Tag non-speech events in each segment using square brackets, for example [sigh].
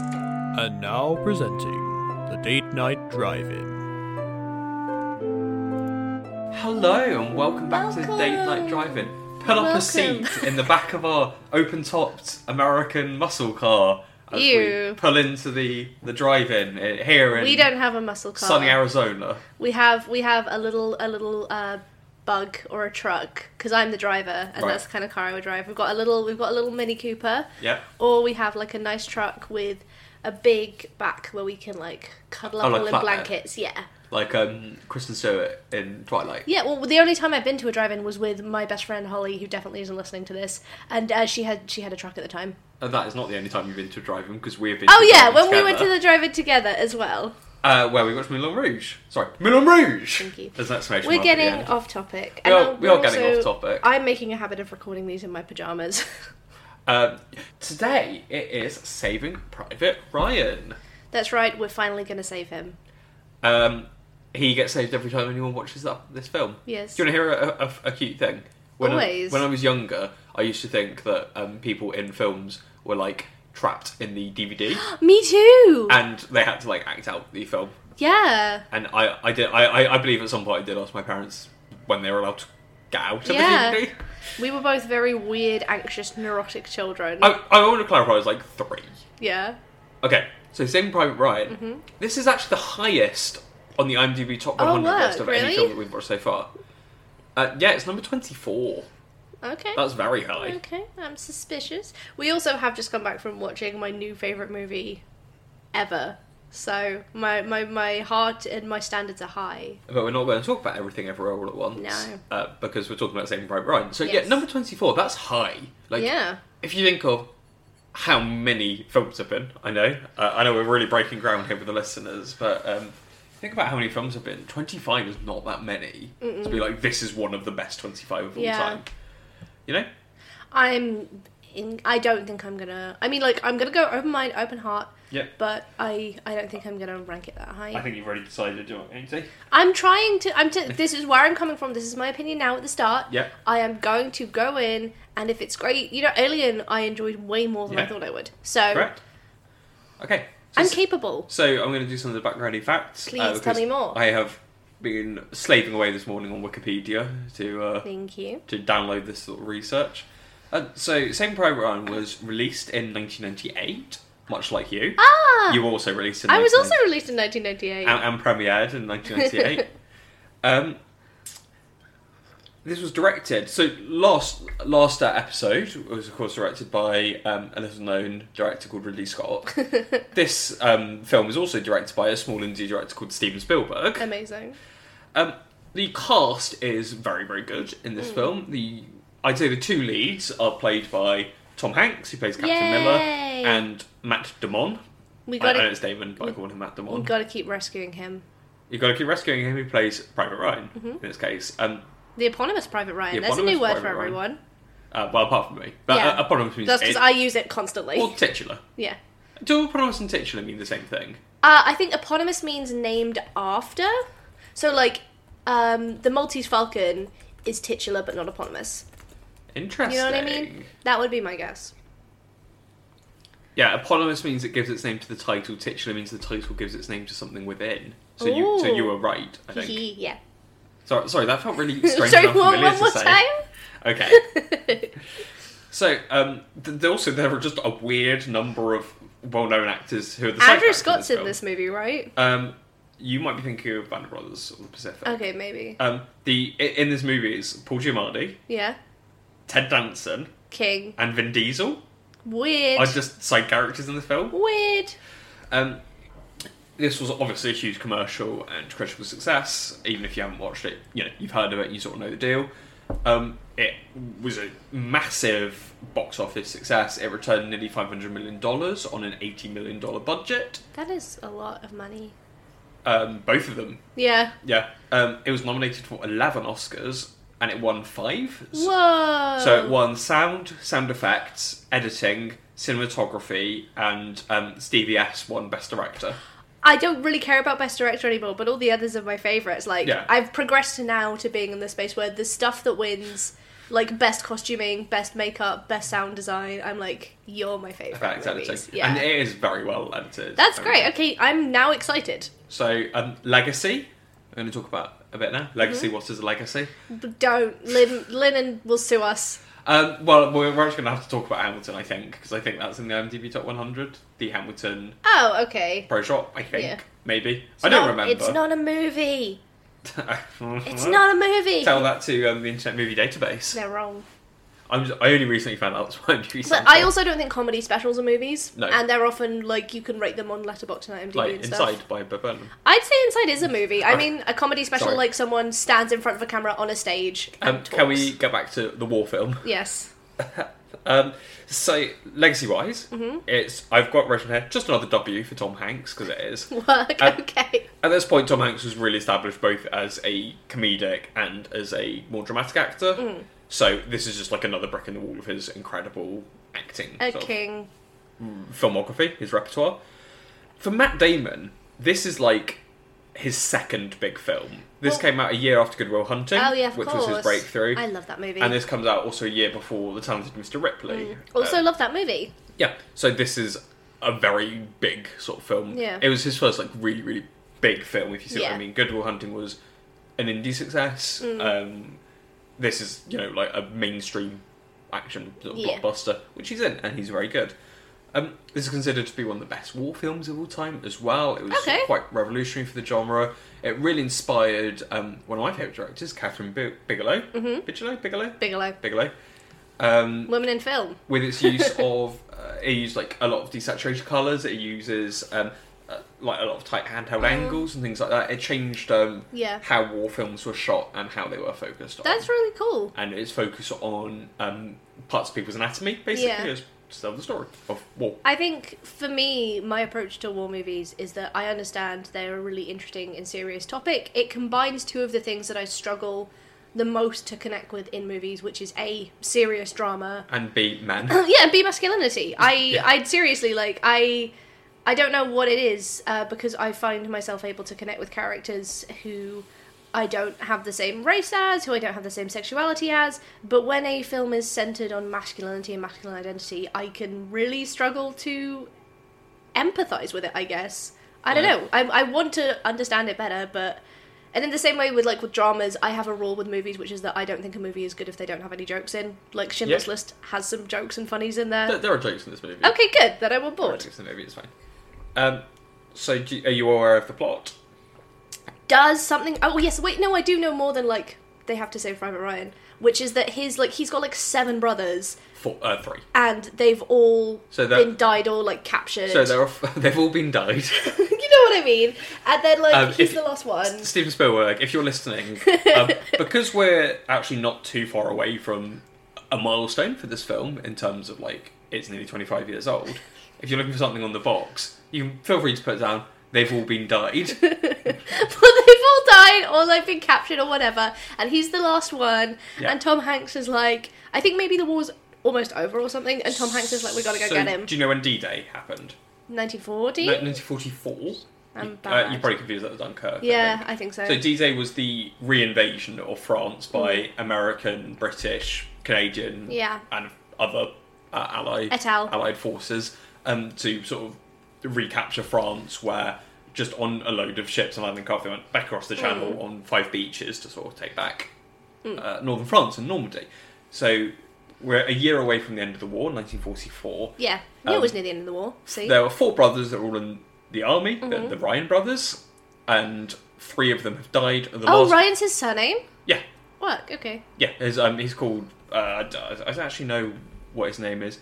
And now presenting the Date Night Drive In. Hello and welcome back to the Welcome. Date Night Driving. Pull up a Welcome. seat in the back of our open-topped American muscle car as we Ew. pull into the the drive-in uh, here in We don't have a muscle car. sunny Arizona. We have we have a little a little uh, bug or a truck because I'm the driver and Right. that's the kind of car I would drive. We've got a little we've got a little Mini Cooper, Yep. or we have like a nice truck with a big back where we can like cuddle Oh, up like all in flatbed. blankets. Yeah, Like um, Kristen Stewart in Twilight. yeah. Well, the only time I've been to a drive-in was with my best friend Holly, who definitely isn't listening to this, and uh, she had she had a truck at the time. And that is not the only time you've been to a drive-in because we've been. Oh to a yeah, drive-in when we went to together, the drive-in together as well. uh, where we watched Moulin Rouge. Sorry, Moulin Rouge. Thank you. There's an exclamation We're mark at the getting end. off topic. We are- I'm- we are we're getting off topic. I'm making a habit of recording these in my pajamas. [laughs] Um, today it is Saving Private Ryan. That's right. We're finally going to save him. [gasps] Um, he gets saved every time anyone watches that, this film. Yes. Do you want to hear a, a, a cute thing? When Always. I, when I was younger, I used to think that um, people in films were like trapped in the [gasps] DVD Me too. and they had to like act out the film. yeah. And I, I did, I, I, I believe at some point I did ask my parents when they were allowed to get out of Yeah. the DVD. We were both very weird, anxious, neurotic children. I, I want to clarify. I was like three. yeah. Okay, so Saving Private Ryan. This is actually the highest on the IMDb Top Mm-hmm. Oh, 100 wow, list of any really? film that we've watched so far. Uh, yeah, it's number 24. Okay. That's very high. okay. I'm suspicious. We also have just come back from watching my new favorite movie ever. So my my my heart and my standards are high. But we're not going to talk about everything everywhere all at once. No. Uh, because we're talking about Saving Private Ryan. So yeah, Yes. number 24, that's high. Like, yeah. if you think of how many films have been, I know. Uh, I know we're really breaking ground here with the listeners, but um, think about how many films have been. 25 is not that many. To be like, this is one of the best 25 of all Yeah. time. You know? I'm in. I don't think I'm gonna. I mean, like I'm gonna go open mind, open heart. Yeah. But I I don't think I'm gonna rank it that high. I think you've already decided you want anything. I'm trying to. I'm. To, this is where I'm coming from. This is my opinion now at the start. Yeah. I am going to go in, and if it's great, you know, Alien, I enjoyed way more than Yeah. I thought I would. So Correct. Okay. So, I'm capable. so I'm going to do some of the background facts. uh, Please tell because me more. I have been slaving away this morning on Wikipedia to uh, Thank you. to download this sort of research. Uh, so, Saving Private Ryan was released in 1998, much like you. Ah, You were also released in. I was 1998 also released in 1998. and, and premiered in [laughs] 1998. um, this was directed. So last last uh, episode was of course directed by um, a little known director called Ridley [laughs] Scott. this um, film is also directed by a small indie director called Steven Spielberg. Amazing. Um, the cast is very, very good in this Mm. film. The I'd say the two leads are played by Tom Hanks, who plays Captain Miller, Yay. and Matt Damon. We I, I got know to it's Damon, but I call him Matt we Damon. got to keep rescuing him. You've got to keep rescuing him. He plays Private Ryan Mm-hmm. in this case. Um, The eponymous Private Ryan. The There's a eponymous new word for Private Ryan. everyone. uh, well, apart from me, but Yeah. uh, eponymous means That's because it- I use it constantly. or titular. yeah. Do eponymous and titular mean the same thing? Uh, I think eponymous means named after. So, like, um, the Maltese Falcon is titular but not eponymous. Interesting. You know what I mean? That would be my guess. Yeah, eponymous means it gives its name to the title. Titular means the title gives its name to something within. So you, so Ooh. you were right. I think. Hee hee, yeah. Sorry, sorry, that felt [laughs] really strange. Sorry, and one, unfamiliar one to more say. [laughs] time. Okay. So, um, th- there also there are just a weird number of well-known actors who are the side Andrew characters Scott's in film. this movie, right? Um, you might be thinking of Band of Brothers or the Pacific. Okay, maybe. Um, the i- in this movie is Paul Giamatti, Yeah. Ted Danson, King. and Vin Diesel Weird. are just side characters in this film. Weird. Um, this was obviously a huge commercial and critical success. Even if you haven't watched it, you know you've heard of it. You sort of know the deal. Um, it was a massive box office success. It returned nearly five hundred million dollars on an eighty million dollar budget. That is a lot of money. Um, both of them, Yeah. yeah. Um, it was nominated for eleven Oscars and it won five. So- Whoa. So it won sound, sound effects, editing, cinematography, and um, Stevie S won Best Director. I don't really care about Best Director anymore, but all the others are my favourites. Like, Yeah. I've progressed to now to being in the space where the stuff that wins like best costuming, best makeup, best sound design. I'm like, you're my favorite. Fact editing, movies. Yeah, and it is very well edited. that's Um, great. Okay, I'm now excited. So, um, legacy. I'm going to talk about a bit now. Legacy. Mm-hmm. What is a legacy? But don't Lin Linen will sue us. Um, well, we're we're actually going to have to talk about Hamilton, I think, because I think that's in the IMDb top 100. The Hamilton Oh, okay. Pro Shop, I think, Yeah. maybe. It's I don't not- remember. [laughs] It's not a movie. It's not a movie. Tell that to um, the Internet Movie Database. They're wrong. I'm just, I only recently found out that's why I'm doing But I also don't think comedy specials are movies. No. And they're often like you can rate them on Letterboxd and IMDb like and stuff. Inside by Bob Burnham. I'd say Inside is a movie. I Oh. mean, a comedy special Sorry. like someone stands in front of a camera on a stage. And Um, can we talks. go back to the war film? Yes. [laughs] Um, so legacy wise, Mm-hmm. it's I've got written here just another W for Tom Hanks because it [laughs] is. Work. Um, okay. At this point, Tom Hanks was really established both as a comedic and as a more dramatic actor. Mm. So this is just like another brick in the wall of his incredible acting A sort of king. filmography, his repertoire. For Matt Damon, this is like his second big film. This Well- came out a year after Good Will Hunting, Oh yeah, of which course. was his breakthrough. I love that movie. and this comes out also a year before The Talented Mr. Ripley. Mm. also Uh, love that movie. yeah, so this is a very big sort of film. Yeah. It was his first like really, really big film, if you see what Yeah. Mm. I mean. Good Will Hunting was an indie success. Um, this is, you know, like a mainstream action sort of Yeah. blockbuster, which he's in, and he's very good. Um, this is considered to be one of the best war films of all time as well. It was Okay. quite revolutionary for the genre. It really inspired um, one of my favourite directors, Catherine Bi- Bigelow. Mm-hmm. Bigelow? Bigelow? Bigelow. Bigelow. Um, Women in film. with its [laughs] use of uh, it used like a lot of desaturated colors. It uses um, uh, like a lot of tight handheld angles and things like that. It changed um, Oh. Yeah. how war films were shot and how they were focused on. That's really cool. and it's focused on um, parts of people's anatomy basically. Yeah. It's just tell the story of war. I think for me, my approach to war movies is that I understand they're a really interesting and serious topic. It combines two of the things that I struggle the most to connect with in movies, which is a serious drama. And B [laughs] men. [clears throat] yeah, and be masculinity. I Yeah. I'd seriously like I I don't know what it is uh, because I find myself able to connect with characters who I don't have the same race as, who I don't have the same sexuality as. But when a film is centered on masculinity and masculine identity, I can really struggle to empathize with it. I guess I don't Yeah. know. I I want to understand it better, but. And in the same way with like with dramas, I have a rule with movies, which is that I don't think a movie is good if they don't have any jokes in. Like Schindler's Yeah. List has some jokes and funnies in there. there, there are jokes in this movie. Okay, good. Then I'm on There are board. jokes in the movie. It's fine. Um, so do, are you aware of the plot? Does something? Oh yes. Wait, no, I do know more than like they have to save Private Ryan, which is that his like he's got like seven brothers, Four, uh, three. and they've all So that- been died or like captured. So they're off, [laughs] they've all been died. [laughs] you know what I mean? And then like Um, he's if- the last one. [laughs] Steven Spielberg, if you're listening, um, because we're actually not too far away from a milestone for this film in terms of like it's nearly 25 years old. If you're looking for something on the box, you can feel free to put down. They've all been [laughs] died. but they've all died or they've been captured or whatever, and he's the last one. Yeah. And Tom Hanks is like, I think maybe the war's almost over or something, and Tom Hanks is like, we gotta go So, get him. Do you know when D-Day happened? 1940. No, 1944. I'm You- bad. Uh, you're probably confused that the Dunkirk. I yeah, think. I think so. So D-Day was the reinvasion of France by American, British, Canadian, Mm. Yeah. and other uh, allied Et al. allied forces um, to sort of recapture France, where just on a load of ships and landing craft they went back across the Channel Mm. on five beaches to sort of take back uh, northern France and Normandy. So we're a year away from the end of the war, 1944. yeah, I knew it Um, was near the end of the war. See, Mm-hmm. There were four brothers that were all in the army, the, the Ryan brothers, and three of them have died. And the oh, last, Ryan's his surname. yeah, Work. Okay. yeah. His, um, he's called. Uh, I d- I don't actually know what his name is.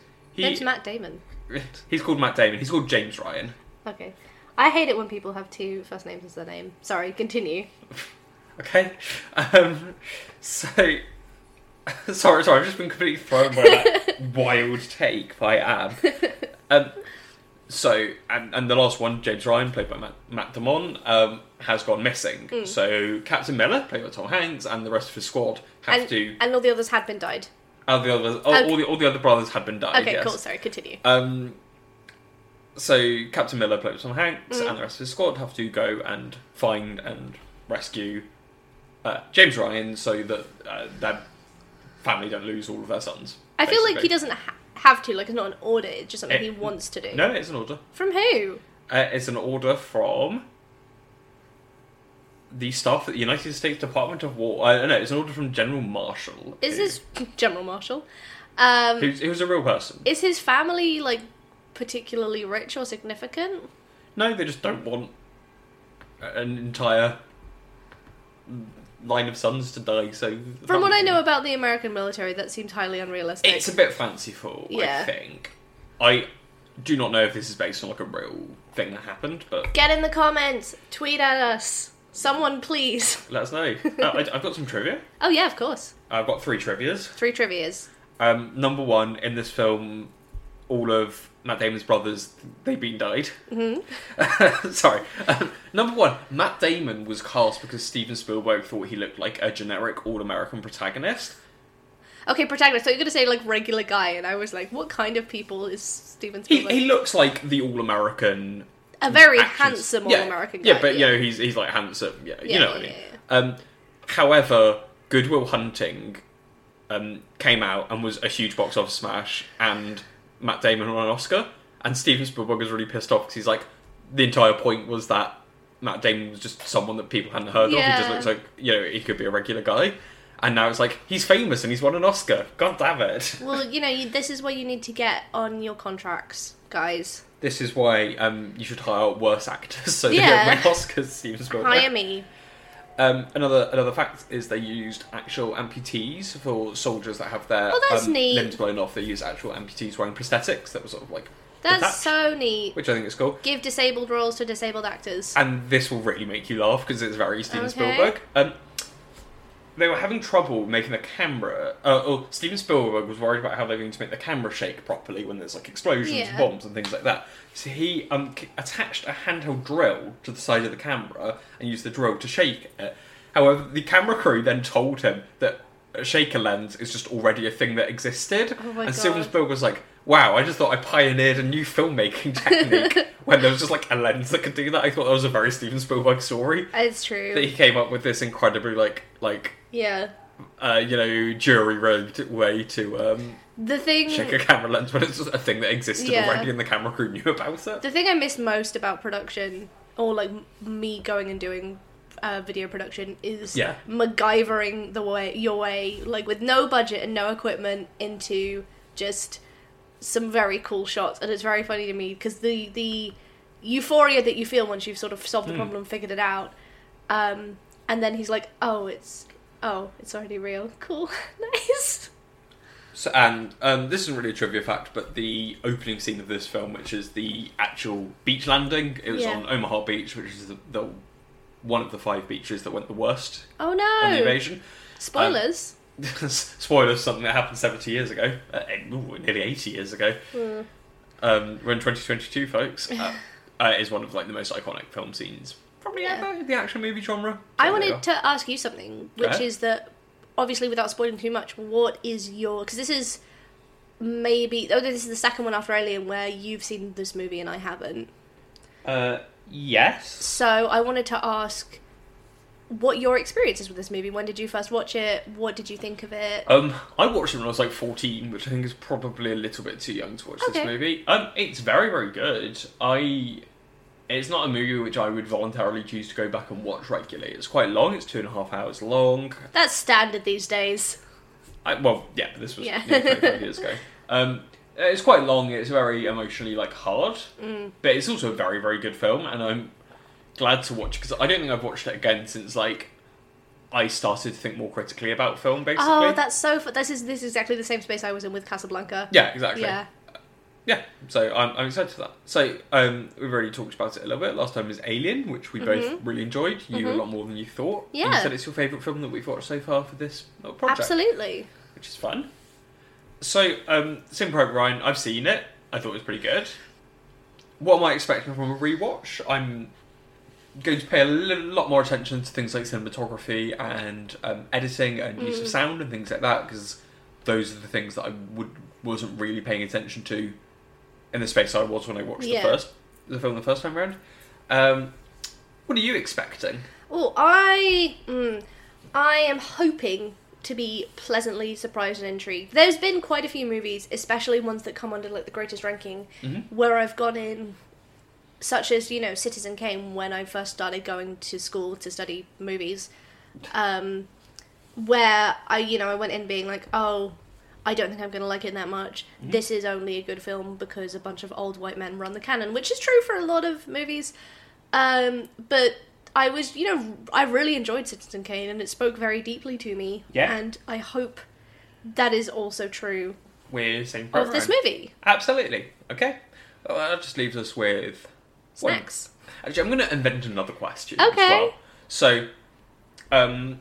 He, Then it's Matt Damon. [laughs] he's called Matt Damon. He's called James Ryan. Okay. I hate it when people have two first names as their name. Sorry. Continue. Okay. Um, so, [laughs] sorry, sorry. I've just been completely thrown by [laughs] that wild take by Ab. Um, so, and, and the last one, James Ryan, played by Matt, Matt Damon, um, has gone missing. Mm. So, Captain Miller, played by Tom Hanks, and the rest of his squad have And, to. and all the others had been died. All the others, all, Okay. all the all the other brothers had been died. Okay. yes. Cool. Sorry. Continue. Um, so Captain Miller, played by Tom Hanks, Mm. and the rest of his squad have to go and find and rescue uh, James Ryan so that uh, their family don't lose all of their sons. I feel like he basically. doesn't ha- have to. Like it's not an order. It's just something It- he wants to do. No, no, it's an order. From who? Uh, it's an order from the staff at the United States Department of War. I don't know. It's an order from General Marshall. Is who- his General Marshall? Um, Who's, who's a real person? is his family like particularly rich or significant? No, they just don't want a- an entire line of sons to die. So From what I know about the American military, that seems highly unrealistic. it's a bit fanciful. I Yeah. think. I do not know if this is based on like a real thing that happened, but Get in the comments. Tweet at us. Someone, please. let us know. uh, I, I've got some trivia. [laughs] Oh yeah, of course. I've got three trivia's. Three trivia's. Um, number one in this film, all of Matt Damon's brothers they've been died. Mm-hmm. [laughs] Sorry. Um, number one, Matt Damon was cast because Steven Spielberg thought he looked like a generic all-American protagonist. Okay, protagonist. So you're gonna say like regular guy, and I was like, what kind of people is Steven He, Spielberg? he looks like the all-American a very actions- handsome yeah, all-American guy. Yeah, but you know he's he's like handsome. Yeah, you Yeah, know what yeah, I mean. Um, however, Goodwill Hunting um, came out and was a huge box office smash, and Matt Damon won an Oscar, and Steven Spielberg was really pissed off because he's like, the entire point was that Matt Damon was just someone that people hadn't heard of. He just Yeah. looks like you know he could be a regular guy. And now it's like he's famous and he's won an Oscar. God damn it! Well, you know, you, this is what you need to get on your contracts, guys. This is why um, you should hire worse actors so Yeah. they don't win Oscars. Steven Spielberg. Hire me. Um, another another fact is they used actual amputees for soldiers that have their Oh, that's um, neat. limbs blown off. They use actual amputees wearing prosthetics that were sort of like That's detached, so neat. which I think is cool. Give disabled roles to disabled actors. And this will really make you laugh because it's very Steven Okay. Spielberg. Um, they were having trouble making the camera. Uh, oh, Steven Spielberg was worried about how they were going to make the camera shake properly when there's like explosions and Yeah. bombs and things like that. So he um, c- attached a handheld drill to the side of the camera and used the drill to shake it. However, the camera crew then told him that a shaker lens is just already a thing that existed. Oh my and Steven God. Spielberg was like, wow, I just thought I pioneered a new [laughs] filmmaking technique when there was just like a lens that could do that. I thought that was a very Steven Spielberg story. It's That true. he came up with this incredibly like like Yeah. uh, you know, jury rigged way to um, The thing. check a camera lens, but it's just a thing that existed Yeah. already and the camera crew knew about it. The thing I miss most about production, or like m- me going and doing uh, video production, is Yeah. MacGyvering the way your way, like with no budget and no equipment, into just some very cool shots. And it's very funny to me because the the euphoria that you feel once you've sort of solved the problem, figured it out, um, and then he's like, "Oh, it's oh, it's already real. Cool, [laughs] nice." So, and um, this isn't really a trivia fact, but the opening scene of this film, which is the actual beach landing, it was Yeah. on Omaha Beach, which is the, the one of the five beaches that went the worst Oh on the no! invasion. Spoilers. [laughs] Spoilers, something that happened 70 years ago, uh, eh, ooh, nearly 80 years ago. Hmm. Um, we're in 2022, [laughs] folks. Uh, uh, is one of like the most iconic film scenes probably Yeah. ever in the action movie genre. I So wanted there to ask you something, which ahead. is that obviously without spoiling too much, what is your because this is maybe oh this is the second one after Alien where you've seen this movie and I haven't. we are. Uh, yes. So I wanted to ask what your experience is with this movie. When did you first watch it? What did you think of it? Um, I watched it when I was like 14, which I think is probably a little bit too young to watch this Okay. movie. Um, it's very, very good. I. It's not a movie which I would voluntarily choose to go back and watch regularly. It's quite long. It's two and a half hours long. That's standard these days. I, well, yeah, but this was Yeah. nearly 25 years ago. Um, it's quite long. It's very emotionally like hard, Mm. but it's also a very very good film, and I'm glad to watch because I don't think I've watched it again since like I started to think more critically about film. Basically, Oh, that's so. Fu- this is this is exactly the same space I was in with Casablanca. yeah, exactly. Yeah. Yeah, so I'm, I'm excited for that. So um, we've already talked about it a little bit. Last time was Alien, which we both really enjoyed. You a lot more than you thought. And you Mm-hmm. Yeah. said it's your favourite film that we've watched so far for this little project. Absolutely. which is fun. So, um, Simprov Ryan, I've seen it. I thought it was pretty good. What am I expecting from a rewatch? I'm going to pay a li- lot more attention to things like cinematography and um, editing and use of sound and things like that because those are the things that I would wasn't really paying attention to in the space I was when I watched Yeah. the first the film the first time round. Um, what are you expecting? Oh, I, mm, I am hoping to be pleasantly surprised and intrigued. There's been quite a few movies, especially ones that come under like the greatest ranking, where I've gone in, such as you know Citizen Kane when I first started going to school to study movies, um, where I you know I went in being like oh. I don't think I'm going to like it that much. Mm-hmm. This is only a good film because a bunch of old white men run the canon, which is true for a lot of movies. Um, but I was, you know, I really enjoyed Citizen Kane and it spoke very deeply to me. Yeah. And I hope that is also true We're saying of this movie. Absolutely. Okay. Well, that just leaves us with one- Snacks. Actually, I'm going to invent another question. As Okay. well. So, um,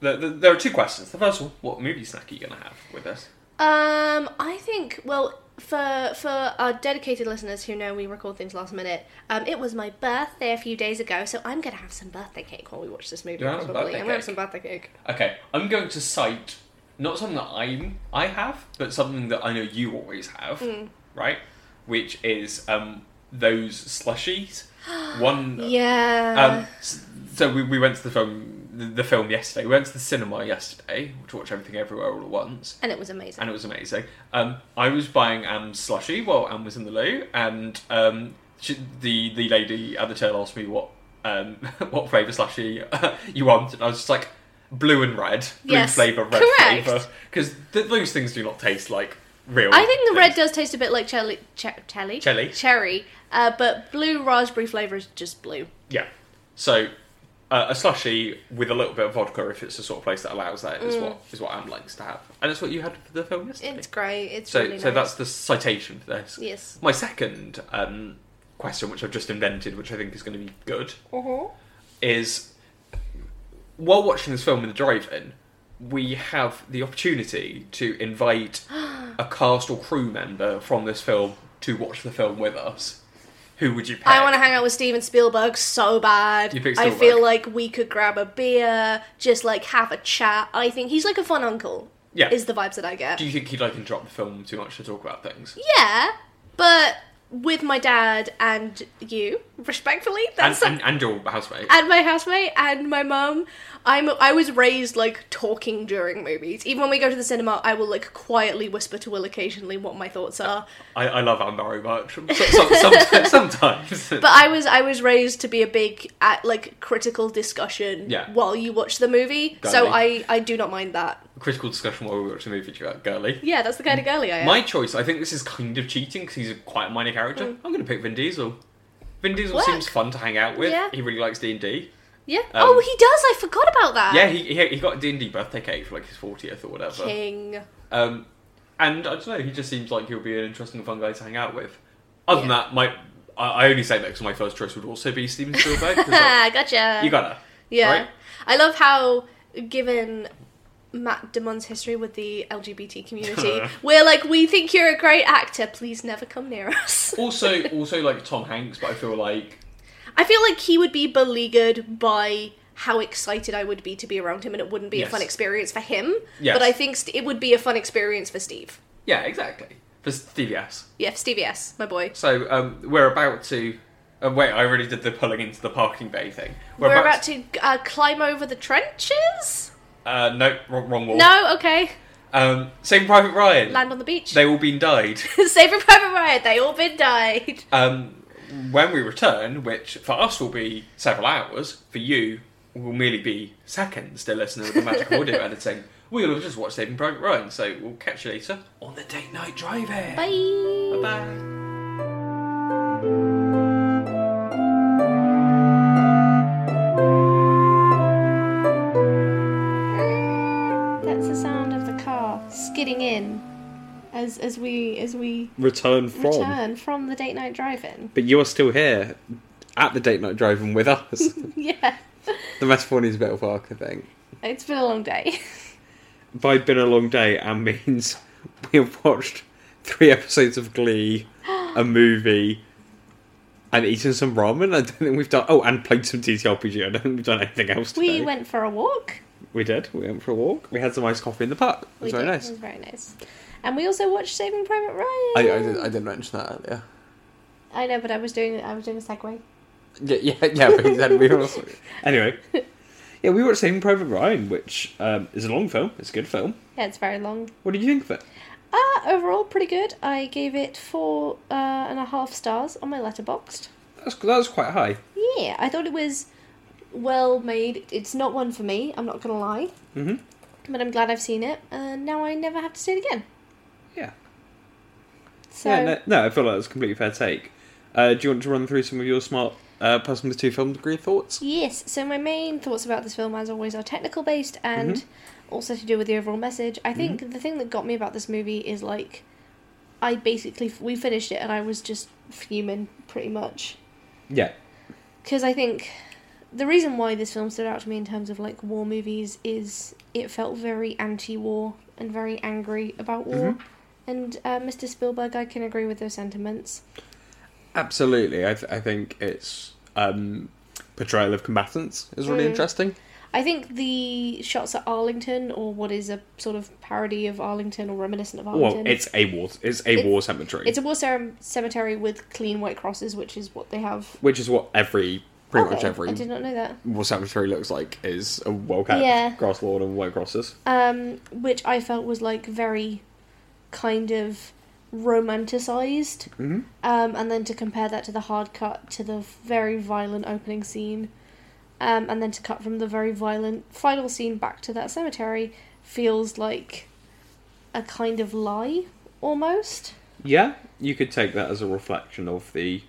the, the, there are two questions. The first one: What movie snack are you going to have with us? Um, I think, well, for for our dedicated listeners who know we record things last minute, um, it was my birthday a few days ago, so I'm gonna have some birthday cake while we watch this movie. You're gonna have some probably. birthday I'm gonna have cake? some birthday cake. Okay, I'm going to cite not something that I'm I have, but something that I know you always have, Hmm. right? Which is um, those [gasps] slushies. One Um, Yeah. s- so we, we went to the film the, the film yesterday. We went to the cinema yesterday to watch Everything Everywhere All at Once, and it was amazing. and it was amazing. Um, I was buying Anne's slushy while Anne was in the loo, and um, she, the the lady at the till asked me what um, [laughs] what flavour slushy [laughs] you wanted. I was just like blue and red, blue Yes, flavour, red correct. flavour, because th- those things do not taste like real. I think the red things. does taste a bit like cherry, che- cherry, Cherry. cherry. Uh, but blue raspberry flavor is just blue. Yeah. So uh, a slushy with a little bit of vodka, if it's the sort of place that allows that, is what is what Anne likes to have, and it's what you had for the film yesterday. Mm. It's great. It's so really so nice. that's the citation for this. yes. My second um, question, which I've just invented, which I think is going to be good, Mm-hmm. is while watching this film in the drive-in, we have the opportunity to [gasps] invite a cast or crew member from this film to watch the film with us. Who would you pick? I want to hang out with Steven Spielberg so bad. You pick I Spielberg. feel like we could grab a beer, just like have a chat. I think he's like a fun uncle. Yeah. Is the vibes that I get. Do you think he'd like interrupt the film too much to talk about things? yeah, but with my dad and you, respectfully, And, that's and, and your housemate. and my housemate and my mum. I'm I was raised like talking during movies. Even when we go to the cinema, I will like quietly whisper to Will occasionally what my thoughts are. I, I love Anne very [laughs] much. So, so, sometimes. sometimes. But I was I was raised to be a big at like critical discussion Yeah. while you watch the movie. So Gully. I I do not mind that. Critical discussion while we watch the movie about Girly. Yeah, that's the kind of girly I am. My choice, I think this is kind of cheating because he's a quite a minor character. Mm. I'm going to pick Vin Diesel. Vin Diesel Work. seems fun to hang out with. Yeah. He really likes D&D. yeah. um, oh, he does. I forgot about that. Yeah, he, he, he got a D&D birthday cake for like his 40th or whatever. [laughs] King. [laughs] Um, and I don't know, he just seems like he'll be an interesting, fun guy to hang out with. Other than Yeah. that, my I, I only say that because my first choice would also be Steven Spielberg. 'cause, like, [laughs] Ah, gotcha. you gotta. Yeah. Right? I love how, given Matt Damon's history with the [laughs] LGBT community, we're like, we think you're a great actor, please never come near us. also, also like Tom Hanks, but I feel like I feel like he would be beleaguered by how excited I would be to be around him, and it wouldn't be Yes. a fun experience for him. Yes. But I think st- it would be a fun experience for Steve. yeah, exactly for Stevie S. Yeah, Steve, yes, my boy. So um, we're about to. Uh, wait, I already did the pulling into the parking bay thing. We're, about to uh, climb over the trenches? Uh, no, wrong, wrong wall. No? Okay. Um, Saving Private Ryan. Land on the beach. [laughs] They all been died. Saving Private Ryan, they all been died. Um, when we return, which for us will be several hours, for you will merely be seconds. Dear listener, with the magic [laughs] of audio editing, we'll have just watched Saving Private Ryan. So we'll catch you later on the date night drive-in. Bye. Bye bye. That's the sound of the car skidding in as as we as we return from. return from the date night drive-in. [laughs] But you are still here at the date night driving with [laughs] us. Yeah. the metaphor needs a bit of work, I think. It's been a long day. By been a long day, Anne means [laughs] we have watched three episodes of Glee, [gasps] a movie, and eaten some ramen. I don't think we've done. Oh, and played some TTRPG. I don't think we've done anything else today. We went for a walk. We did. We went for a walk. We had some iced coffee in the park. It We was very did. It nice. was very nice. And we also watched Saving Private Ryan. I, I, did, I didn't mention that earlier. I know, but I was doing I was doing a segue. [laughs] Yeah, yeah, yeah. But then we were also... Anyway, Yeah, we watched Saving Private Ryan, which um, is a long film. It's a good film. Yeah, it's very long. What do you think of it? Uh, overall, pretty good. I gave it four uh, and a half stars on my letterboxed. That's that was quite high. Yeah, I thought it was well made. It's not one for me, I'm not gonna lie. Mm-hmm. Mhm. But I'm glad I've seen it, and now I never have to see it again. Yeah. So, yeah no, no, I feel like that's a completely fair take. Uh, do you want to run through some of your smart uh, person with two film degree thoughts? yes, so my main thoughts about this film, as always, are technical based and also to do with the overall message. I think the thing that got me about this movie is like, I basically, we finished it and I was just fuming pretty much. Yeah. because I think the reason why this film stood out to me in terms of like war movies is it felt very anti-war and very angry about war. And uh, Mr. Spielberg, I can agree with those sentiments. Absolutely. I, th- I think its um, portrayal of combatants is really interesting. I think the shots at Arlington, or what is a sort of parody of Arlington or reminiscent of Arlington, Well, it's a war. It's a It- war cemetery, it's a war cere- cemetery with clean white crosses, which is what they have. which is what every pretty much Okay, every I did not know that. war cemetery looks like is a well kept Yeah. grass lawn and white crosses. um, which I felt was like very kind of romanticized. Mhm. Um, and then to compare that to the hard cut to the very violent opening scene, um, and then to cut from the very violent final scene back to that cemetery feels like a kind of lie almost. Yeah, you could take that as a reflection of the,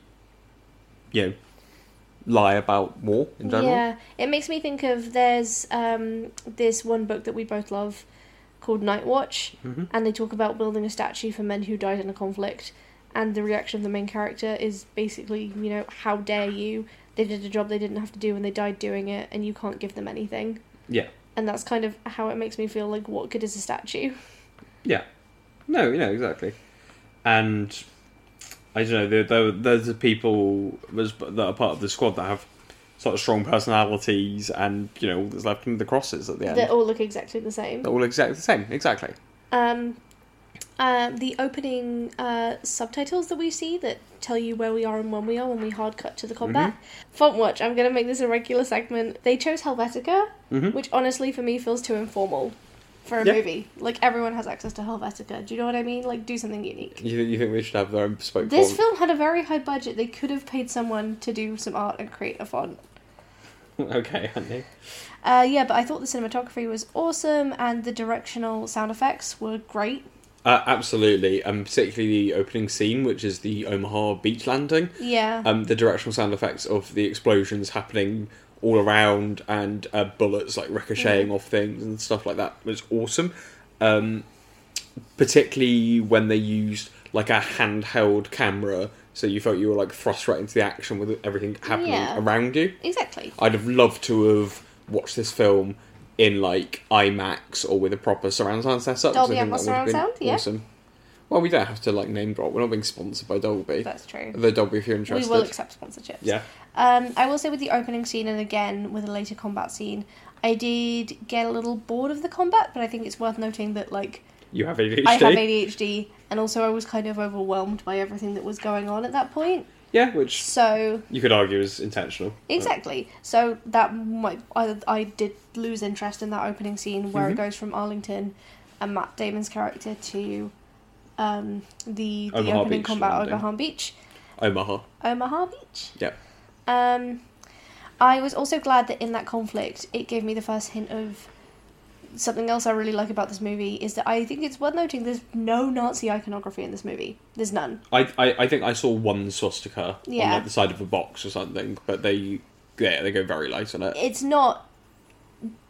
you know, lie about war in general. Yeah, it makes me think of there's um, this one book that we both love called Night Watch, Mm-hmm. and they talk about building a statue for men who died in a conflict. And the reaction of the main character is basically, you know, how dare you? They did a job they didn't have to do and they died doing it, and you can't give them anything. Yeah. And that's kind of how it makes me feel like, what good is a statue? Yeah. No, you know, exactly. And I don't know, there, there, there's the people there's- that are part of the squad that have sort of strong personalities and, you know, all that's left in the crosses at the end. They all look exactly the same. They're all exactly the same, exactly. Um, uh, the opening uh, subtitles that we see that tell you where we are and when we are when we hard cut to the combat. Mm-hmm. Font Watch, I'm going to make this a regular segment. They chose Helvetica, Mhm. which honestly for me feels too informal for a Yeah. movie. Like everyone has access to Helvetica. Do you know what I mean? Like do something unique. You, you think they should have their own bespoke This font? film had a very high budget. They could have paid someone to do some art and create a font. [laughs] okay, Andy. Uh, yeah, but I thought the cinematography was awesome and the directional sound effects were great. Uh, absolutely, um, particularly the opening scene, which is the Omaha beach landing. Yeah. um, the directional sound effects of the explosions happening all around and uh, bullets like ricocheting Mm. off things and stuff like that was awesome. Um, particularly when they used like a handheld camera, so you felt you were like thrust right into the action with everything happening Yeah. around you. exactly. I'd have loved to have watched this film in like IMAX or with a proper surround sound setup. 'cause Dolby I think that Atmos would have surround sound, been yeah. Awesome. Well, we don't have to like name drop. We're not being sponsored by Dolby. That's true. Although Dolby, if you're interested, We will accept sponsorships. Yeah. Um, I will say with the opening scene and again with the later combat scene, I did get a little bored of the combat, but I think it's worth noting that like You have ADHD. I have ADHD and also I was kind of overwhelmed by everything that was going on at that point. Yeah, which So you could argue is intentional. exactly. So that might I, I did lose interest in that opening scene where Mm-hmm. it goes from Arlington and Matt Damon's character to um, the the Omaha opening Beach combat at landing. Omaha Beach. Omaha. Omaha Beach. Yeah. Um, I was also glad that in that conflict, it gave me the first hint of something else I really like about this movie is that I think it's worth noting there's no Nazi iconography in this movie. There's none. I, I, I think I saw one swastika on Yeah. like, the side of a box or something, but they yeah they go very light on it. It's not.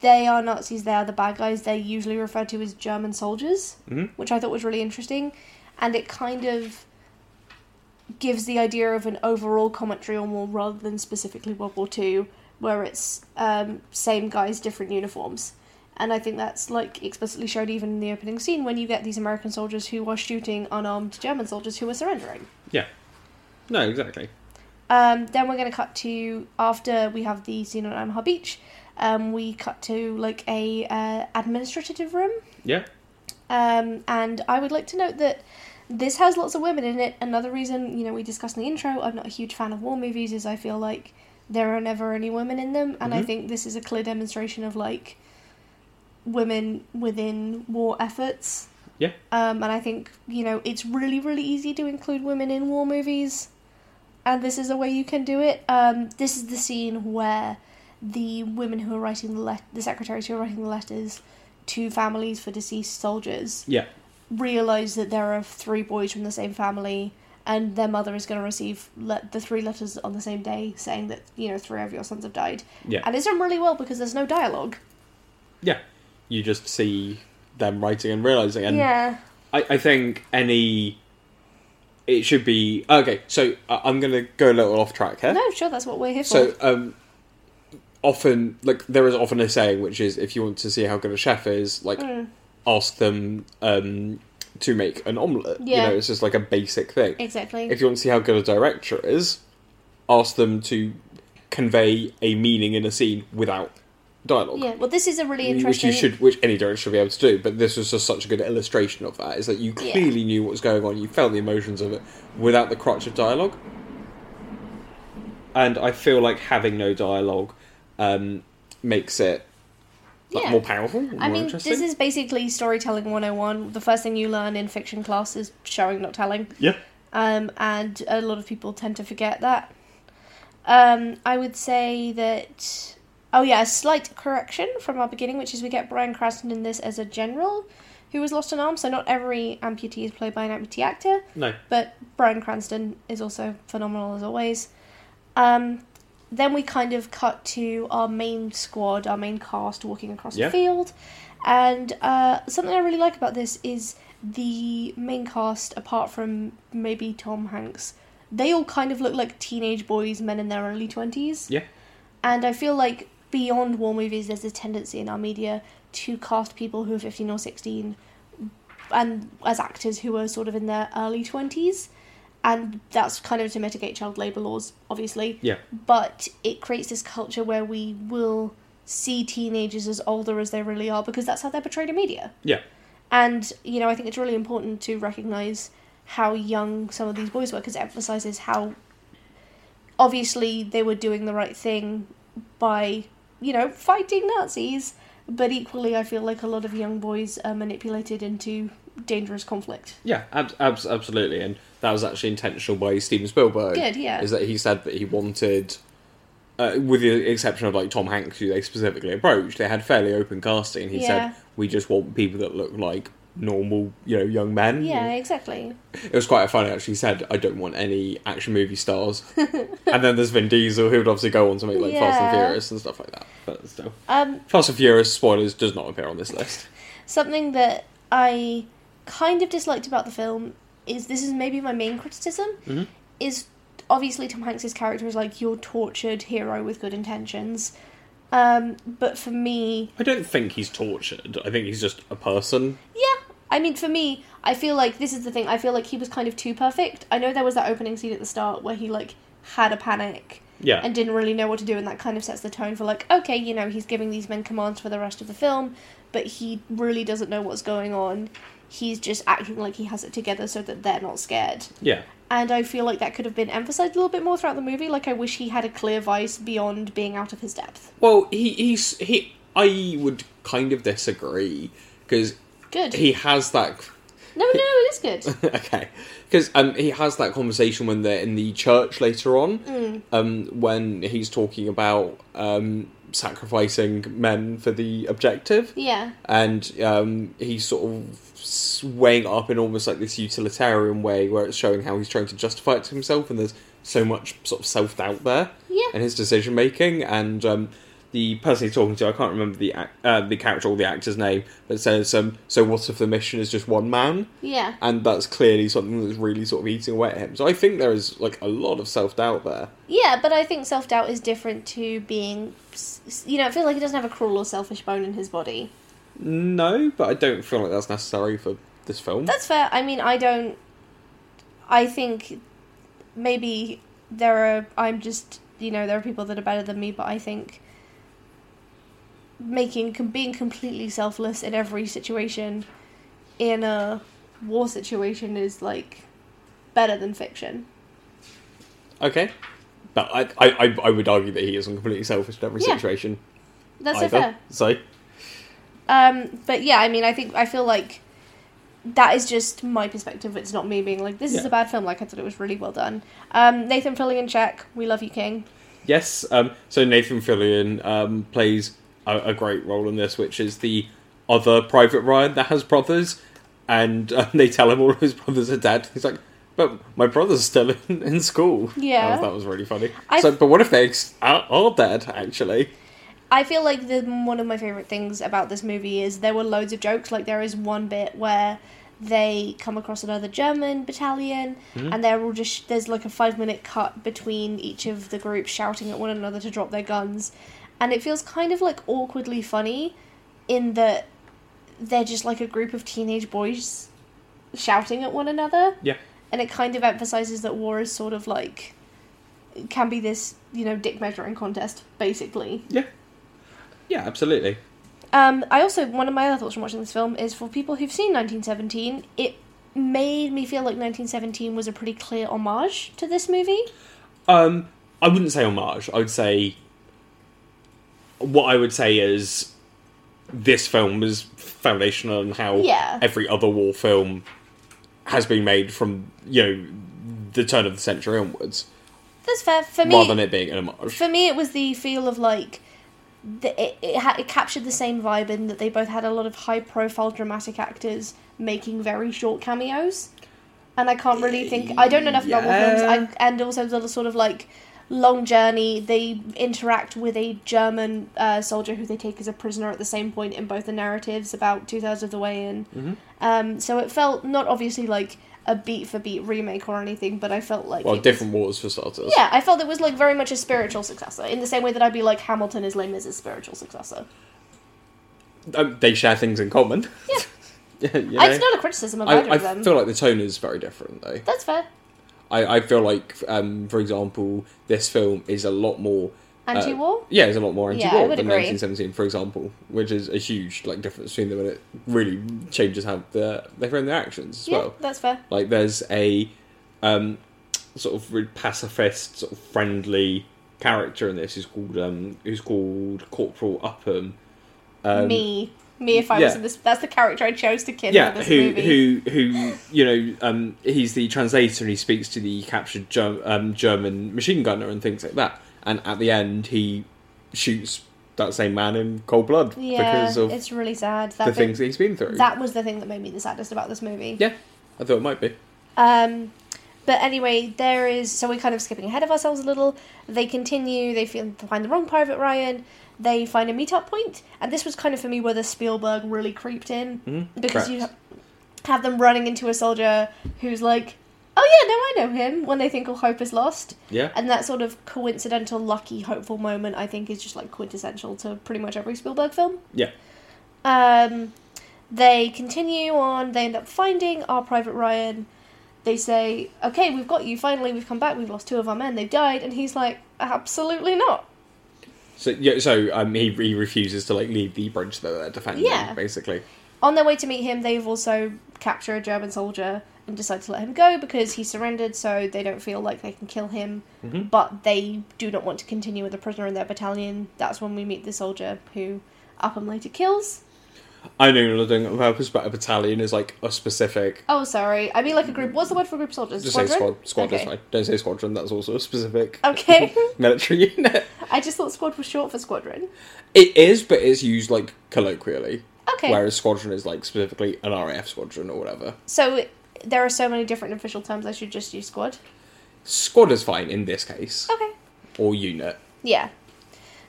They are Nazis. They are the bad guys. They're usually referred to as German soldiers, Mhm. which I thought was really interesting, and it kind of gives the idea of an overall commentary on war rather than specifically World War Two, where it's um, same guys, different uniforms. And I think that's like explicitly showed even in the opening scene when you get these American soldiers who are shooting unarmed German soldiers who are surrendering. Yeah. No, exactly. Um, then we're going to cut to after we have the scene on Omaha Beach. Um, we cut to like a uh, administrative room, Yeah. um, and I would like to note that this has lots of women in it. Another reason, you know, we discussed in the intro, I'm not a huge fan of war movies, is I feel like there are never any women in them, and I think this is a clear demonstration of like women within war efforts. Yeah. Um, and I think you know it's really really easy to include women in war movies, and this is a way you can do it. Um, this is the scene where the women who are writing the let- the secretaries who are writing the letters to families for deceased soldiers Yeah. realize that there are three boys from the same family and their mother is going to receive le- the three letters on the same day saying that you know three of your sons have died Yeah. and it's done really well because there's no dialogue Yeah. You just see them writing and realizing and yeah I, I think any it should be okay. So I I'm gonna go a little off track here. no sure that's what we're here So for um, often, like there is often a saying which is, if you want to see how good a chef is, like ask them um to make an omelette. Yeah. You know, it's just like a basic thing. exactly If you want to see how good a director is, ask them to convey a meaning in a scene without dialogue yeah well this is a really which interesting you should, which any director should be able to do. But this was just such a good illustration of that. Is that you Yeah. clearly knew what was going on, you felt the emotions of it without the crutch of dialogue. And I feel like having no dialogue um, makes it like, Yeah. more powerful. More I mean, interesting. this is basically storytelling 101. The first thing you learn in fiction class is showing, not telling. yeah, um, and a lot of people tend to forget that. Um, I would say that. Oh yeah, a slight correction from our beginning, which is we get Brian Cranston in this as a general who was lost an arm. So not every amputee is played by an amputee actor, no, but Brian Cranston is also phenomenal as always. Um, then we kind of cut to our main squad, our main cast walking across Yeah. the field. And uh, something I really like about this is the main cast, apart from maybe Tom Hanks, they all kind of look like teenage boys, men in their early 20s. yeah, And I feel like beyond war movies, there's a tendency in our media to cast people who are 15 or 16 and as actors who are sort of in their early 20s. And that's kind of to mitigate child labour laws, obviously. yeah, But it creates this culture where we will see teenagers as older as they really are because that's how they're portrayed in media. yeah, And, you know, I think it's really important to recognise how young some of these boys were because it emphasises how obviously they were doing the right thing by, you know, fighting Nazis. But equally, I feel like a lot of young boys are manipulated into dangerous conflict. yeah. Ab- abs- absolutely, and that was actually intentional by Steven Spielberg. Good, yeah. Is that he said that he wanted. Uh, with the exception of like Tom Hanks, who they specifically approached, they had fairly open casting. And he Yeah. said, "We just want people that look like normal, you know, young men." Yeah, exactly. It was quite funny actually. He said, "I don't want any action movie stars." [laughs] and then there's Vin Diesel, who would obviously go on to make like Fast and Yeah. Furious and stuff like that. But still, Um, Fast and Furious spoilers does not appear on this [laughs] list. something that I kind of disliked about the film is this is maybe my main criticism is obviously Tom Hanks's character is like your tortured hero with good intentions. Um, but for me, I don't think he's tortured. I think he's just a person. yeah, I mean, for me, I feel like this is the thing. I feel like he was kind of too perfect. I know there was that opening scene at the start where he like had a panic Yeah, and didn't really know what to do, and that kind of sets the tone for like, okay, you know, he's giving these men commands for the rest of the film, but he really doesn't know what's going on. He's just acting like he has it together so that they're not scared. yeah, And I feel like that could have been emphasized a little bit more throughout the movie. Like, I wish he had a clear vice beyond being out of his depth. Well, he he's he. I would kind of disagree because Good. he has that. no, no, no, it is good. [laughs] okay, because um, he has that conversation when they're in the church later on, um, when he's talking about um sacrificing men for the objective, Yeah. and um, he's sort of s- weighing up in almost like this utilitarian way where it's showing how he's trying to justify it to himself and there's so much sort of self-doubt there Yeah. in his decision making and um, the person he's talking to i can't remember the ac- uh, the character or the actor's name but says um, so what if the mission is just one man Yeah. and that's clearly something that's really sort of eating away at him so i think there is like a lot of self-doubt there Yeah, but I think self doubt is different to being. s- s- You know, it feels like he doesn't have a cruel or selfish bone in his body. no but i don't feel like that's necessary for this film That's fair. I mean, I don't. I think maybe there are. I'm just. You know, there are people that are better than me, but I think making com- being completely selfless in every situation in a war situation is like better than fiction. okay But I, I, I, I would argue that he isn't completely selfish in every Yeah. situation That's so either. fair. So Um, but yeah, I mean, I think I feel like that is just my perspective. It's not me being like this is Yeah. a bad film. Like I thought it was really well done. Um, Nathan filling in check. We love you, King. yes, um, so Nathan Fillion um, plays a, a great role in this, which is the other Private Ryan that has brothers, and [laughs] um, they tell him all of his brothers are dead. He's like, but my brother's still in, [laughs] in school. Yeah. that was, that was really funny. I- so, but what if they ex- are, are dead actually? I feel like the one of my favorite things about this movie is there were loads of jokes. Like there is one bit where they come across another German battalion, and they're all just there's like a five minute cut between each of the groups shouting at one another to drop their guns, and it feels kind of like awkwardly funny, in that they're just like a group of teenage boys shouting at one another Yeah. and it kind of emphasizes that war is sort of like can be this you know dick measuring contest basically Yeah. Yeah, absolutely. um, i also one of my other thoughts from watching this film is for people who've seen 1917 it made me feel like 1917 was a pretty clear homage to this movie Um, I wouldn't say homage. I would say what I would say is this film is foundational in how Yeah. every other war film has been made from you know the turn of the century onwards, that's fair for me rather than it being an homage. for me it was the feel of like the, it, it, ha- it captured the same vibe in that they both had a lot of high profile dramatic actors making very short cameos and i can't really think i don't know enough about war films Yeah. I, and also the sort of like long journey they interact with a german uh, soldier who they take as a prisoner at the same point in both the narratives about two-thirds of the way in um, so it felt not obviously like a beat for beat remake or anything but i felt like well, it was- different wars for starters. yeah, I felt it was like very much a spiritual successor, in the same way that I'd be like Hamilton is Les Mis' spiritual successor. Um, they share things in common. [laughs] Yeah. yeah, you It's know? not a criticism of either I, of I them. feel like the tone is very different though. That's fair. I, I feel like, um, for example, this film is a lot more uh, Anti-war? yeah, it's a lot more Yeah, I anti-war would than agree. 1917, for example, which is a huge like difference between them, and it really changes how they're they frame their actions as Yeah, well. that's fair. Like, there's a um, sort of really pacifist, sort of friendly character in this who's called um, who's called Corporal Upham. Um, me, me, if I was yeah. in this, that's the character I chose to kid yeah, for this who movie. who who you know um, he's the translator and he speaks to the captured Ger- um, German machine gunner and things like that. And at the end, he shoots that same man in cold blood yeah, because of it's really sad. That the bit- things that he's been through. that was the thing that made me the saddest about this movie. yeah, I thought it might be. Um, but anyway, there is. So we're kind of skipping ahead of ourselves a little. They continue. They feel, find the wrong Private Ryan. They find a meetup point, and this was kind of for me where the Spielberg really creeped in because you correct. have them running into a soldier who's like, "Oh yeah, no, I know him." When they think all hope is lost, Yeah, and that sort of coincidental, lucky, hopeful moment, I think, is just like quintessential to pretty much every Spielberg film. yeah, Um, they continue on. They end up finding our private Ryan. They say, "Okay, we've got you. Finally, we've come back. We've lost two of our men. They've died." And he's like, "Absolutely not." so yeah, so um, he he refuses to like leave the bridge that they're defending. Yeah. basically. On their way to meet him, they've also captured a German soldier and decide to let him go because he surrendered, so they don't feel like they can kill him. Mm-hmm. But they do not want to continue with a prisoner in their battalion. That's when we meet the soldier who Upham later kills. I know you're not doing it on purpose, but a battalion is like a specific. Oh, sorry. I mean, like a group. What's the word for a group of soldiers? Just say squad. Squad Okay. is fine. Don't say squadron. That's also a specific Okay. [laughs] military unit. I just thought squad was short for squadron. It is, but it's used like colloquially. Okay. Whereas squadron is like specifically an RAF squadron or whatever. So there are so many different official terms. I should just use squad. Squad is fine in this case, Okay. or unit. Yeah.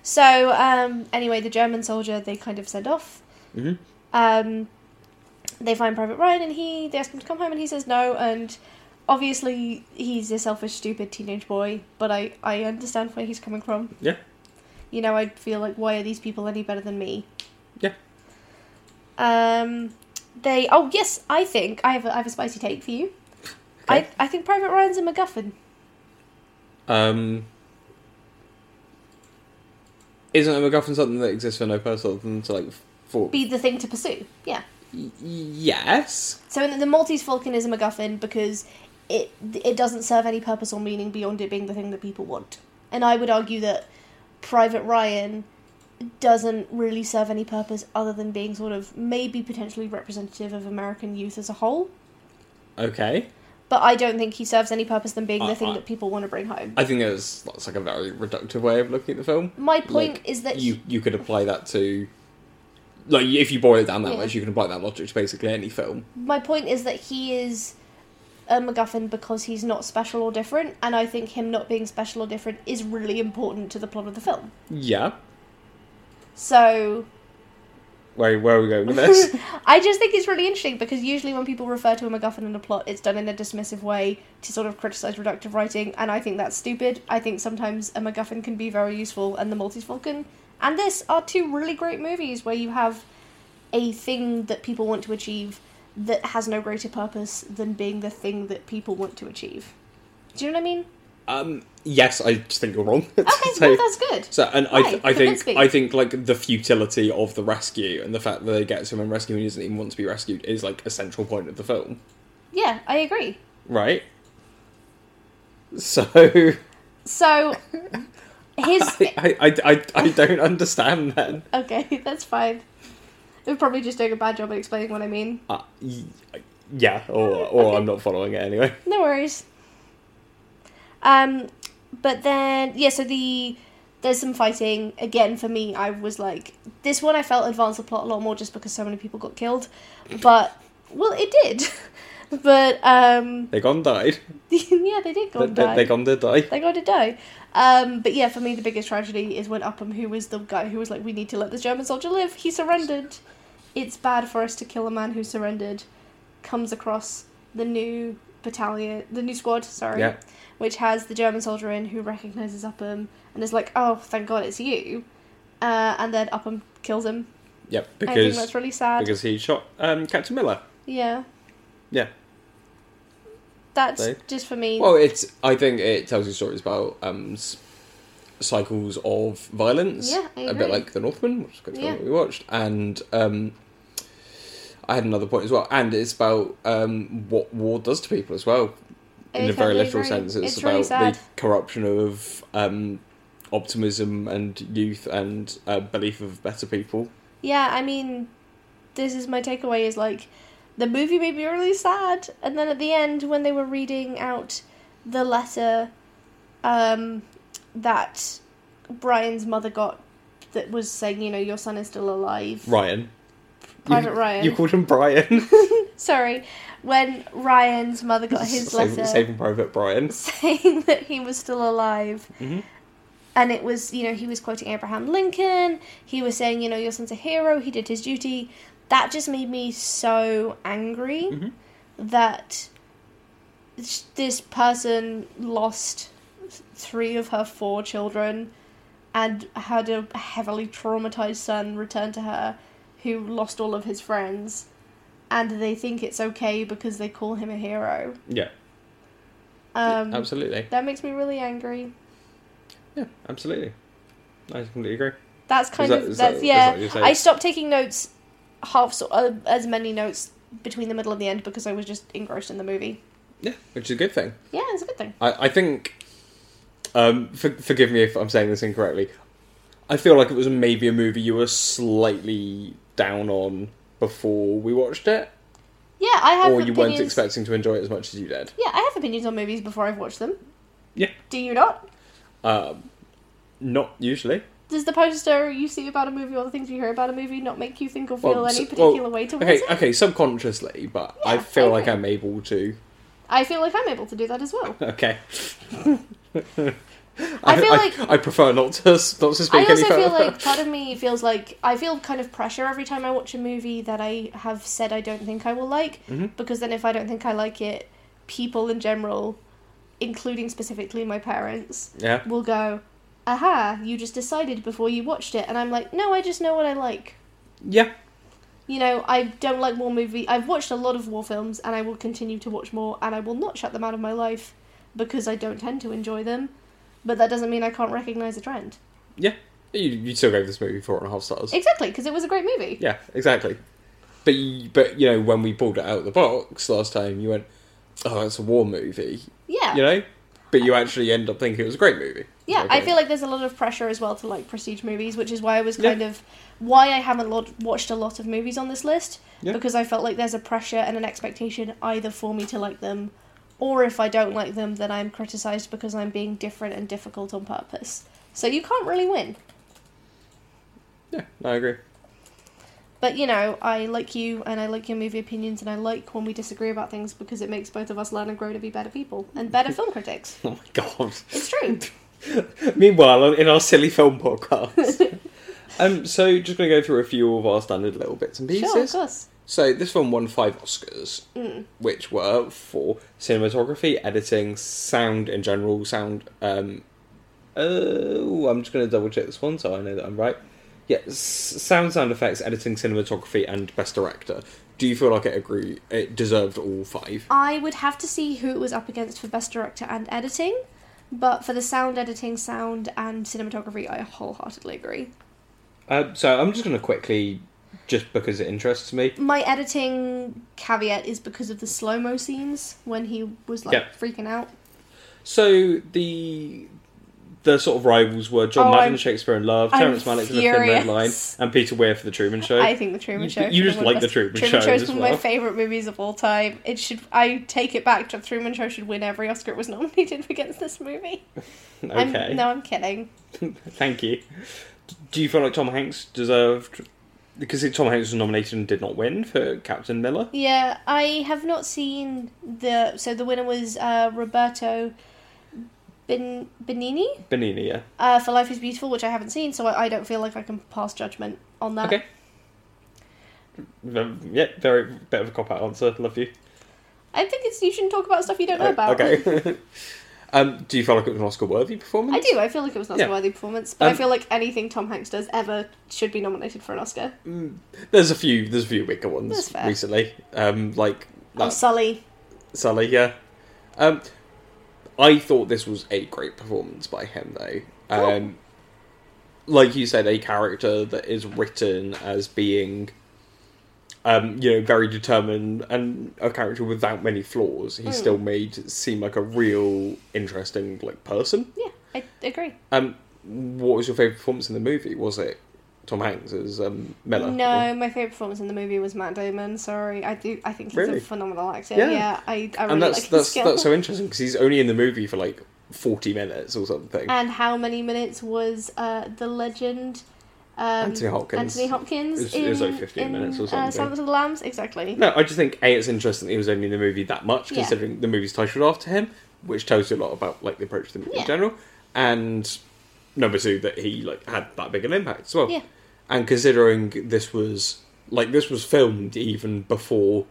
So um, anyway, the German soldier they kind of send off. Mhm. Um, they find Private Ryan, and he they ask him to come home, and he says no. And obviously, he's a selfish, stupid teenage boy. But I I understand where he's coming from. Yeah. You know, I feel like why are these people any better than me? Yeah. Um, they. Oh yes, I think I have. A, I have a spicy take for you. Okay. I I think Private Ryan's a MacGuffin. Um. Isn't a MacGuffin something that exists for no purpose other than to like for? Be the thing to pursue. Yeah. Y- yes. So in the, the Maltese Falcon is a MacGuffin because it it doesn't serve any purpose or meaning beyond it being the thing that people want. And I would argue that Private Ryan doesn't really serve any purpose other than being sort of maybe potentially representative of American youth as a whole. Okay. But I don't think he serves any purpose than being I- the thing I- that people want to bring home. I think that's that's like a very reductive way of looking at the film. My point Like, is that you you could apply that to like if you boil it down that Yeah. much, you can apply that logic to basically any film. my point is that he is a MacGuffin because he's not special or different, and I think him not being special or different is really important to the plot of the film. Yeah. So Where where are we going with [laughs] this? I just think it's really interesting because usually when people refer to a MacGuffin in a plot, it's done in a dismissive way to sort of criticize reductive writing, and I think that's stupid. I think sometimes a MacGuffin can be very useful, and the Multifalcon and this are two really great movies where you have a thing that people want to achieve that has no greater purpose than being the thing that people want to achieve. Do you know what I mean? um. Yes, I just think you're wrong. [laughs] Okay, So- well, that's good. So and I, th- Right, I convince think me. I think like the futility of the rescue and the fact that they get someone rescued who doesn't even want to be rescued is like a central point of the film, yeah, I agree. right? So [laughs] I, [laughs] So his I, I, I, I don't understand then. okay, [laughs] that's fine. We're probably just doing a bad job at explaining what I mean. Uh, y- yeah, or or Oh, Okay. I'm not following it anyway. No worries. Um, but then yeah, so the there's some fighting again. For me, I was like this one. I felt advanced the plot a lot more just because so many people got killed, but well, it did. [laughs] but um, [laughs] They gone died. yeah, they did go They, and they, die. they gone did die. They got to die. Um, but yeah, for me, the biggest tragedy is when Upham, who was the guy who was like, "We need to let this German soldier live," he surrendered. It's bad for us to kill a man who surrendered. Comes across the new battalion, the new squad, sorry, Yeah. which has the German soldier in who recognizes Upham and is like, "Oh, thank God, it's you," uh, and then Upham kills him. Yep, I think because that's really sad. because he shot um, Captain Miller. yeah, Yeah. that's They- just for me. Well, it's I think it tells you stories about um, s- cycles of violence. Yeah, I a agree. bit like The Northman, which is a good film Yeah. that we watched, and um, I had another point as well. And it's about um, what war does to people as well, I in a very totally literal agree. sense. It's, It's about really sad. the corruption of um, optimism and youth and uh, belief of better people. yeah i mean this is my takeaway is like the movie made me really sad and then at the end when they were reading out the letter um that brian's mother got that was saying you know your son is still alive Ryan, private you, ryan you called him Brian. sorry when ryan's mother got [laughs] his Saving- letter Saving Private Brian. [laughs] saying that he was still alive. Mhm. And it was, you know, he was quoting Abraham Lincoln. He was saying, you know, your son's a hero. He did his duty. That just made me so angry Mhm. that sh- this person lost th- three of her four children and had a heavily traumatized son return to her who lost all of his friends. And they think it's okay because they call him a hero. Yeah, Um, absolutely. that makes me really angry. Yeah, absolutely. I completely agree. That's kind that- of is that's that- is that yeah. what you're saying? I stopped taking notes half so, uh, as many notes between the middle and the end because I was just engrossed in the movie. Yeah, which is a good thing. Yeah, it's a good thing. I, I think. Um, for, forgive me if I'm saying this incorrectly. I feel like it was maybe a movie you were slightly down on before we watched it, Yeah, I have or you opinions. weren't expecting to enjoy it as much as you did. Yeah, I have opinions on movies before I've watched them. Yeah. Do you not? Um, not usually. Does the poster you see about a movie or the things you hear about a movie not make you think or feel Well, any s- well, particular way towards okay, it? okay, subconsciously, but Yeah, I feel I like agree. I'm able to. I feel like I'm able to do that as well. Okay. I feel like- [laughs] I prefer not to [laughs] not to speak I any also further. feel like part of me feels like I feel kind of pressure every time I watch a movie that I have said I don't think I will like, because then if I don't think I like it, people in general, including specifically my parents, yeah. will go, "Aha! You just decided before you watched it," and I'm like, "No, I just know what I like." Yeah. You know, I don't like war movie. I've watched a lot of war films, and I will continue to watch more, and I will not shut them out of my life because I don't tend to enjoy them. But that doesn't mean I can't recognize a trend. Yeah. You, you still gave this movie four and a half stars. Exactly, because it was a great movie. yeah, exactly. But you, but you know when we pulled it out of the box last time, you went, "Oh, it's a war movie," Yeah. you know. but you actually end up thinking it was a great movie. Yeah, Okay. I feel like there's a lot of pressure as well to like prestige movies, which is why I was Yeah. kind of why I haven't lo- watched a lot of movies on this list Yeah. because I felt like there's a pressure and an expectation either for me to like them or if I don't like them then I'm criticized because I'm being different and difficult on purpose. So you can't really win. Yeah, no, I agree. [laughs] But you know, I like you and I like your movie opinions and I like when we disagree about things because it makes both of us learn and grow to be better people [laughs] and better film critics. Oh my god. [laughs] It's true. Meanwhile, in our silly film [laughs] podcast. um, so just going to go through a few of our standard little bits and pieces. Sure, of course. So this film won five Oscars, Mm. which were for cinematography, editing, sound in general, sound. Um, oh, I'm just going to double check this one so I know that I'm right. Yeah, s- sound, sound effects, editing, cinematography, and best director. Do you feel like it agree? It deserved all five. I would have to see who it was up against for best director and editing, but for the sound editing, sound and cinematography, I wholeheartedly agree. Um, so I'm just going to quickly, just because it interests me. My editing caveat is because of the slow mo scenes when he was like Yeah. freaking out. So the the sort of rivals were John Oh, Madden, I'm- Shakespeare in Love, I'm Terrence Malick in the Thin Red furious. Line, and Peter Weir for the Truman Show. I think the Truman You- Show. you is just one of like the the Truman Truman Show Show is as one of well. my favorite movies of all time. It should. I take it back. The Truman Show should win every Oscar it was nominated [laughs] against this movie. okay, I'm, no, I'm kidding. thank you. D- Do you feel like Tom Hanks deserved? Because Tom Hanks was nominated and did not win for Captain Miller. Yeah, I have not seen the. So the winner was uh, Roberto ben, Benini Benini, yeah. uh, for Life is Beautiful, which I haven't seen, so I, I don't feel like I can pass judgment on that. Okay. V- Yeah, very bit of a cop out answer. Love you. Uh, I think it's you shouldn't talk about stuff you don't know [laughs] about. Okay. um, do you feel like it was an Oscar worthy performance? [laughs] I do. I feel like it was an Yeah. Oscar-worthy performance, but I Um, feel like anything Tom Hanks does ever should be nominated for an Oscar. Mm, Oh, There's a few. There's a few bigger That's ones fair. recently. Um, like Oh, Sully. Sully, yeah. Um, I thought this was a great performance by him, though. Um, Like you said, a character that is written as being, um, you know, very determined and a character without many flaws. Hmm. He still made seem like a real interesting like person. Yeah, I agree. Um, what was your favorite performance in the movie? Was it Tom Hanks as um, Miller? No, my favorite performance in the movie was Matt Damon. Sorry, I do. I think he's Really? a phenomenal actor. Yeah. Yeah, I, I really and that's like his that's skill. that's so interesting because he's only in the movie for like forty minutes or something. And how many minutes was uh, the legend? Um, Anthony Hopkins. Anthony Hopkins. It's- in, it was like 15 in, minutes or Uh, something. Silence of the Lambs, exactly. No, I just think a it's interesting that he was only in the movie that much, Yeah. considering the movie's titled after him, which tells you a lot about like the approach to the movie in Yeah. general. And number two, that he like had that big an impact as well. Yeah. And considering this was like this was filmed even before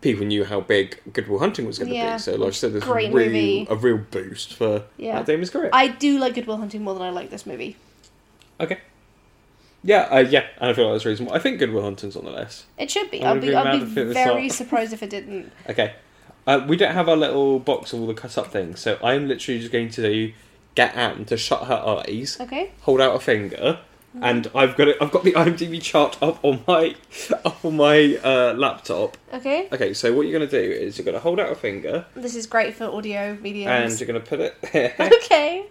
people knew how big Goodwill Hunting was going to Yeah. be, so like I said, this Great was real, movie. a real boost for Yeah. Matt Damon's career. I do like Goodwill Hunting more than I like this movie. okay. Yeah, uh, yeah, and I feel like that's reasonable. I think Goodwill Hunting's on the list. It should be. I I'll would be. be I'll mad be if it was very not. surprised if it didn't. Okay. Uh, we don't have our little box of all the cut up things, so I'm literally just going to get Anne to shut her eyes, Okay. hold out a finger, and I've got it. I've got the [laughs] IMDb chart up on my up on my uh, laptop. Okay. Okay, so what you're going to do is you're going to hold out a finger This is great for audio and mediums. you're going to put [laughs] it. [laughs] okay.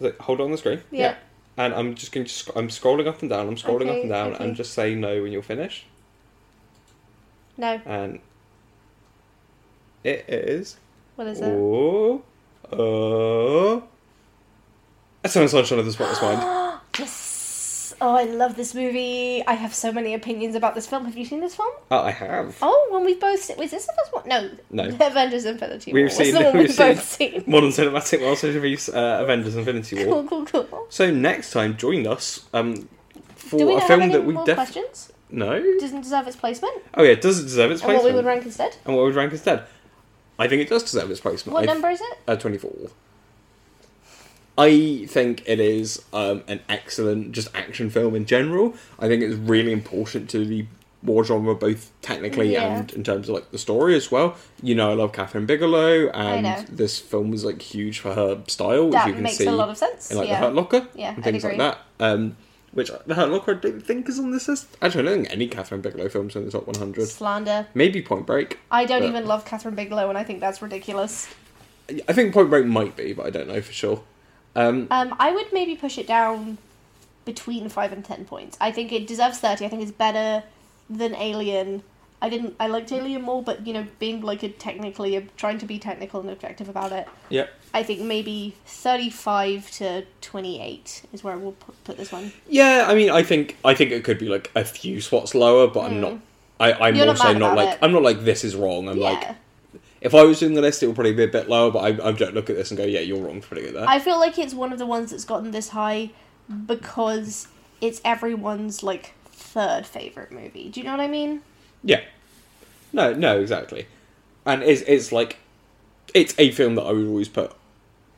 Like, hold on the screen. Yeah. And I'm just going to. Sc- I'm scrolling up and down. I'm scrolling up Okay, and down, okay. and just say no when you're finished. No. And it is. What is it? Oh, uh, that's on sunshine of the spotless [gasps] mind. Yes. Oh, I love this movie. I have so many opinions about this film. Have you seen this film? Oh, I have. Oh, when we've both seen. Was this the first one? No. No. [laughs] Avengers Infinity War. We've was seen- the one [laughs] we've we've both seen. Modern cinematic World Social Release, uh, Avengers Infinity War. Cool, cool, cool. So next time, join us um, Do we for a not have film any that we more definitely questions? no. Doesn't deserve its placement? Oh yeah, it doesn't deserve its And what placement. we would rank instead? And what would rank instead? I think it does deserve its placement. What I- number is it? Uh, Twenty-four. I think it is um, an excellent just action film in general. I think it's really important to the war genre, both technically Yeah. and in terms of like the story as well. You know, I love Catherine Bigelow, know. and this film was like huge for her style, which you That can makes see a lot of sense. in like yeah. the Hurt Locker Yeah, and I'd things agree. like that. Um, which the Hurt Locker I don't think is on this list. Actually, I don't think any Catherine Bigelow films are in the top one hundred. Slander. Maybe Point Break. I don't But- even love Catherine Bigelow, and I think that's ridiculous. I think Point Break might be, but I don't know for sure. Um, Um, I would maybe push it down between five and ten points. I think it deserves thirty. I think it's better than Alien. I didn't. I liked Alien more, but you know, being like a technically trying to be technical and objective about it, yeah, I think maybe thirty-five to twenty-eight is where we'll pu- put this one. yeah. I mean, I think I think it could be like a few spots lower, but I'm not. I, I'm You're not also mad not, about like it. I'm not like this is wrong. I'm yeah, like if I was doing the list, it would probably be a bit lower, but I, I don't look at this and go, yeah, you're wrong for putting it there. I feel like it's one of the ones that's gotten this high because it's everyone's like third favorite movie. Do you know what I mean? Yeah. No, no, exactly. And it's it's like it's a film that I would always put.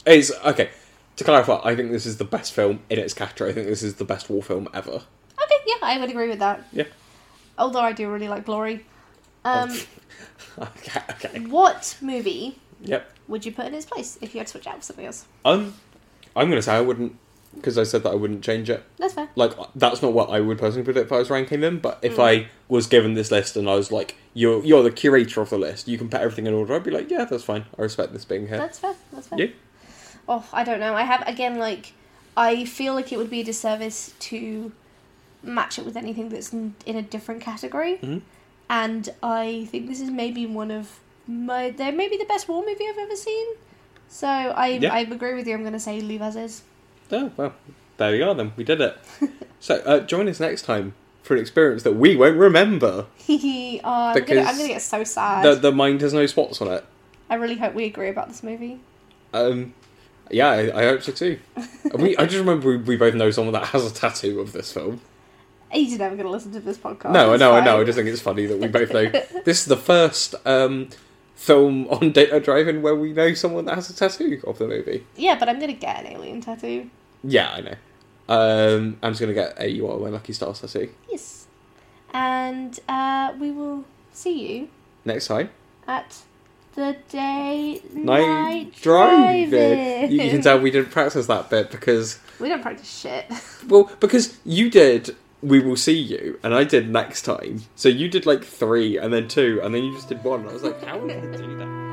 It's okay. To clarify, I think this is the best film in its category. I think this is the best war film ever. Okay, yeah, I would agree with that. Yeah. [laughs] Although I do really like Glory. Um, okay, okay. What movie Yep. would you put in its place if you had to switch out for something else? Um, I'm gonna say I wouldn't because I said that I wouldn't change it. That's fair. Like that's not what I would personally put it if I was ranking them. But Hmm. if I was given this list and I was like, "You're you're the curator of the list. You can put everything in order," I'd be like, "Yeah, that's fine. I respect this being here." That's fair. That's fair. yeah. Oh, I don't know. I have again like I feel like it would be a disservice to match it with anything that's in, in a different category. Mhm. And I think this is maybe one of my they're maybe the best war movie I've ever seen. So I Yeah. I agree with you. I'm going to say leave as is. [laughs] Oh, well, there we are then. We did it. so uh, join us next time for an experience that we won't remember. oh, I'm gonna Because I'm gonna get so sad. The, the mind has no spots on it. I really hope we agree about this movie. Um, yeah, I, I hope so [laughs] too. we, I just remember we, we both know someone that has a tattoo of this film. He's never going to listen to this podcast. no, I it's know, I fine. know. I just think it's funny that we both know. this is the first um, film on Data Driving where we know someone that has a tattoo of the movie. Yeah, but I'm going to get an alien tattoo. Yeah, I know. Um, I'm just going to get a You Are My Lucky Stars tattoo Yes. And uh, we will see you next time. at the day night, night driving. driving. You, [laughs] you can tell we didn't practice that bit because, we don't practice shit. [laughs] well, because you did. We will see you, and I did next time. So you did like three, and then two, and then you just did one. I was like, how am I going to do that?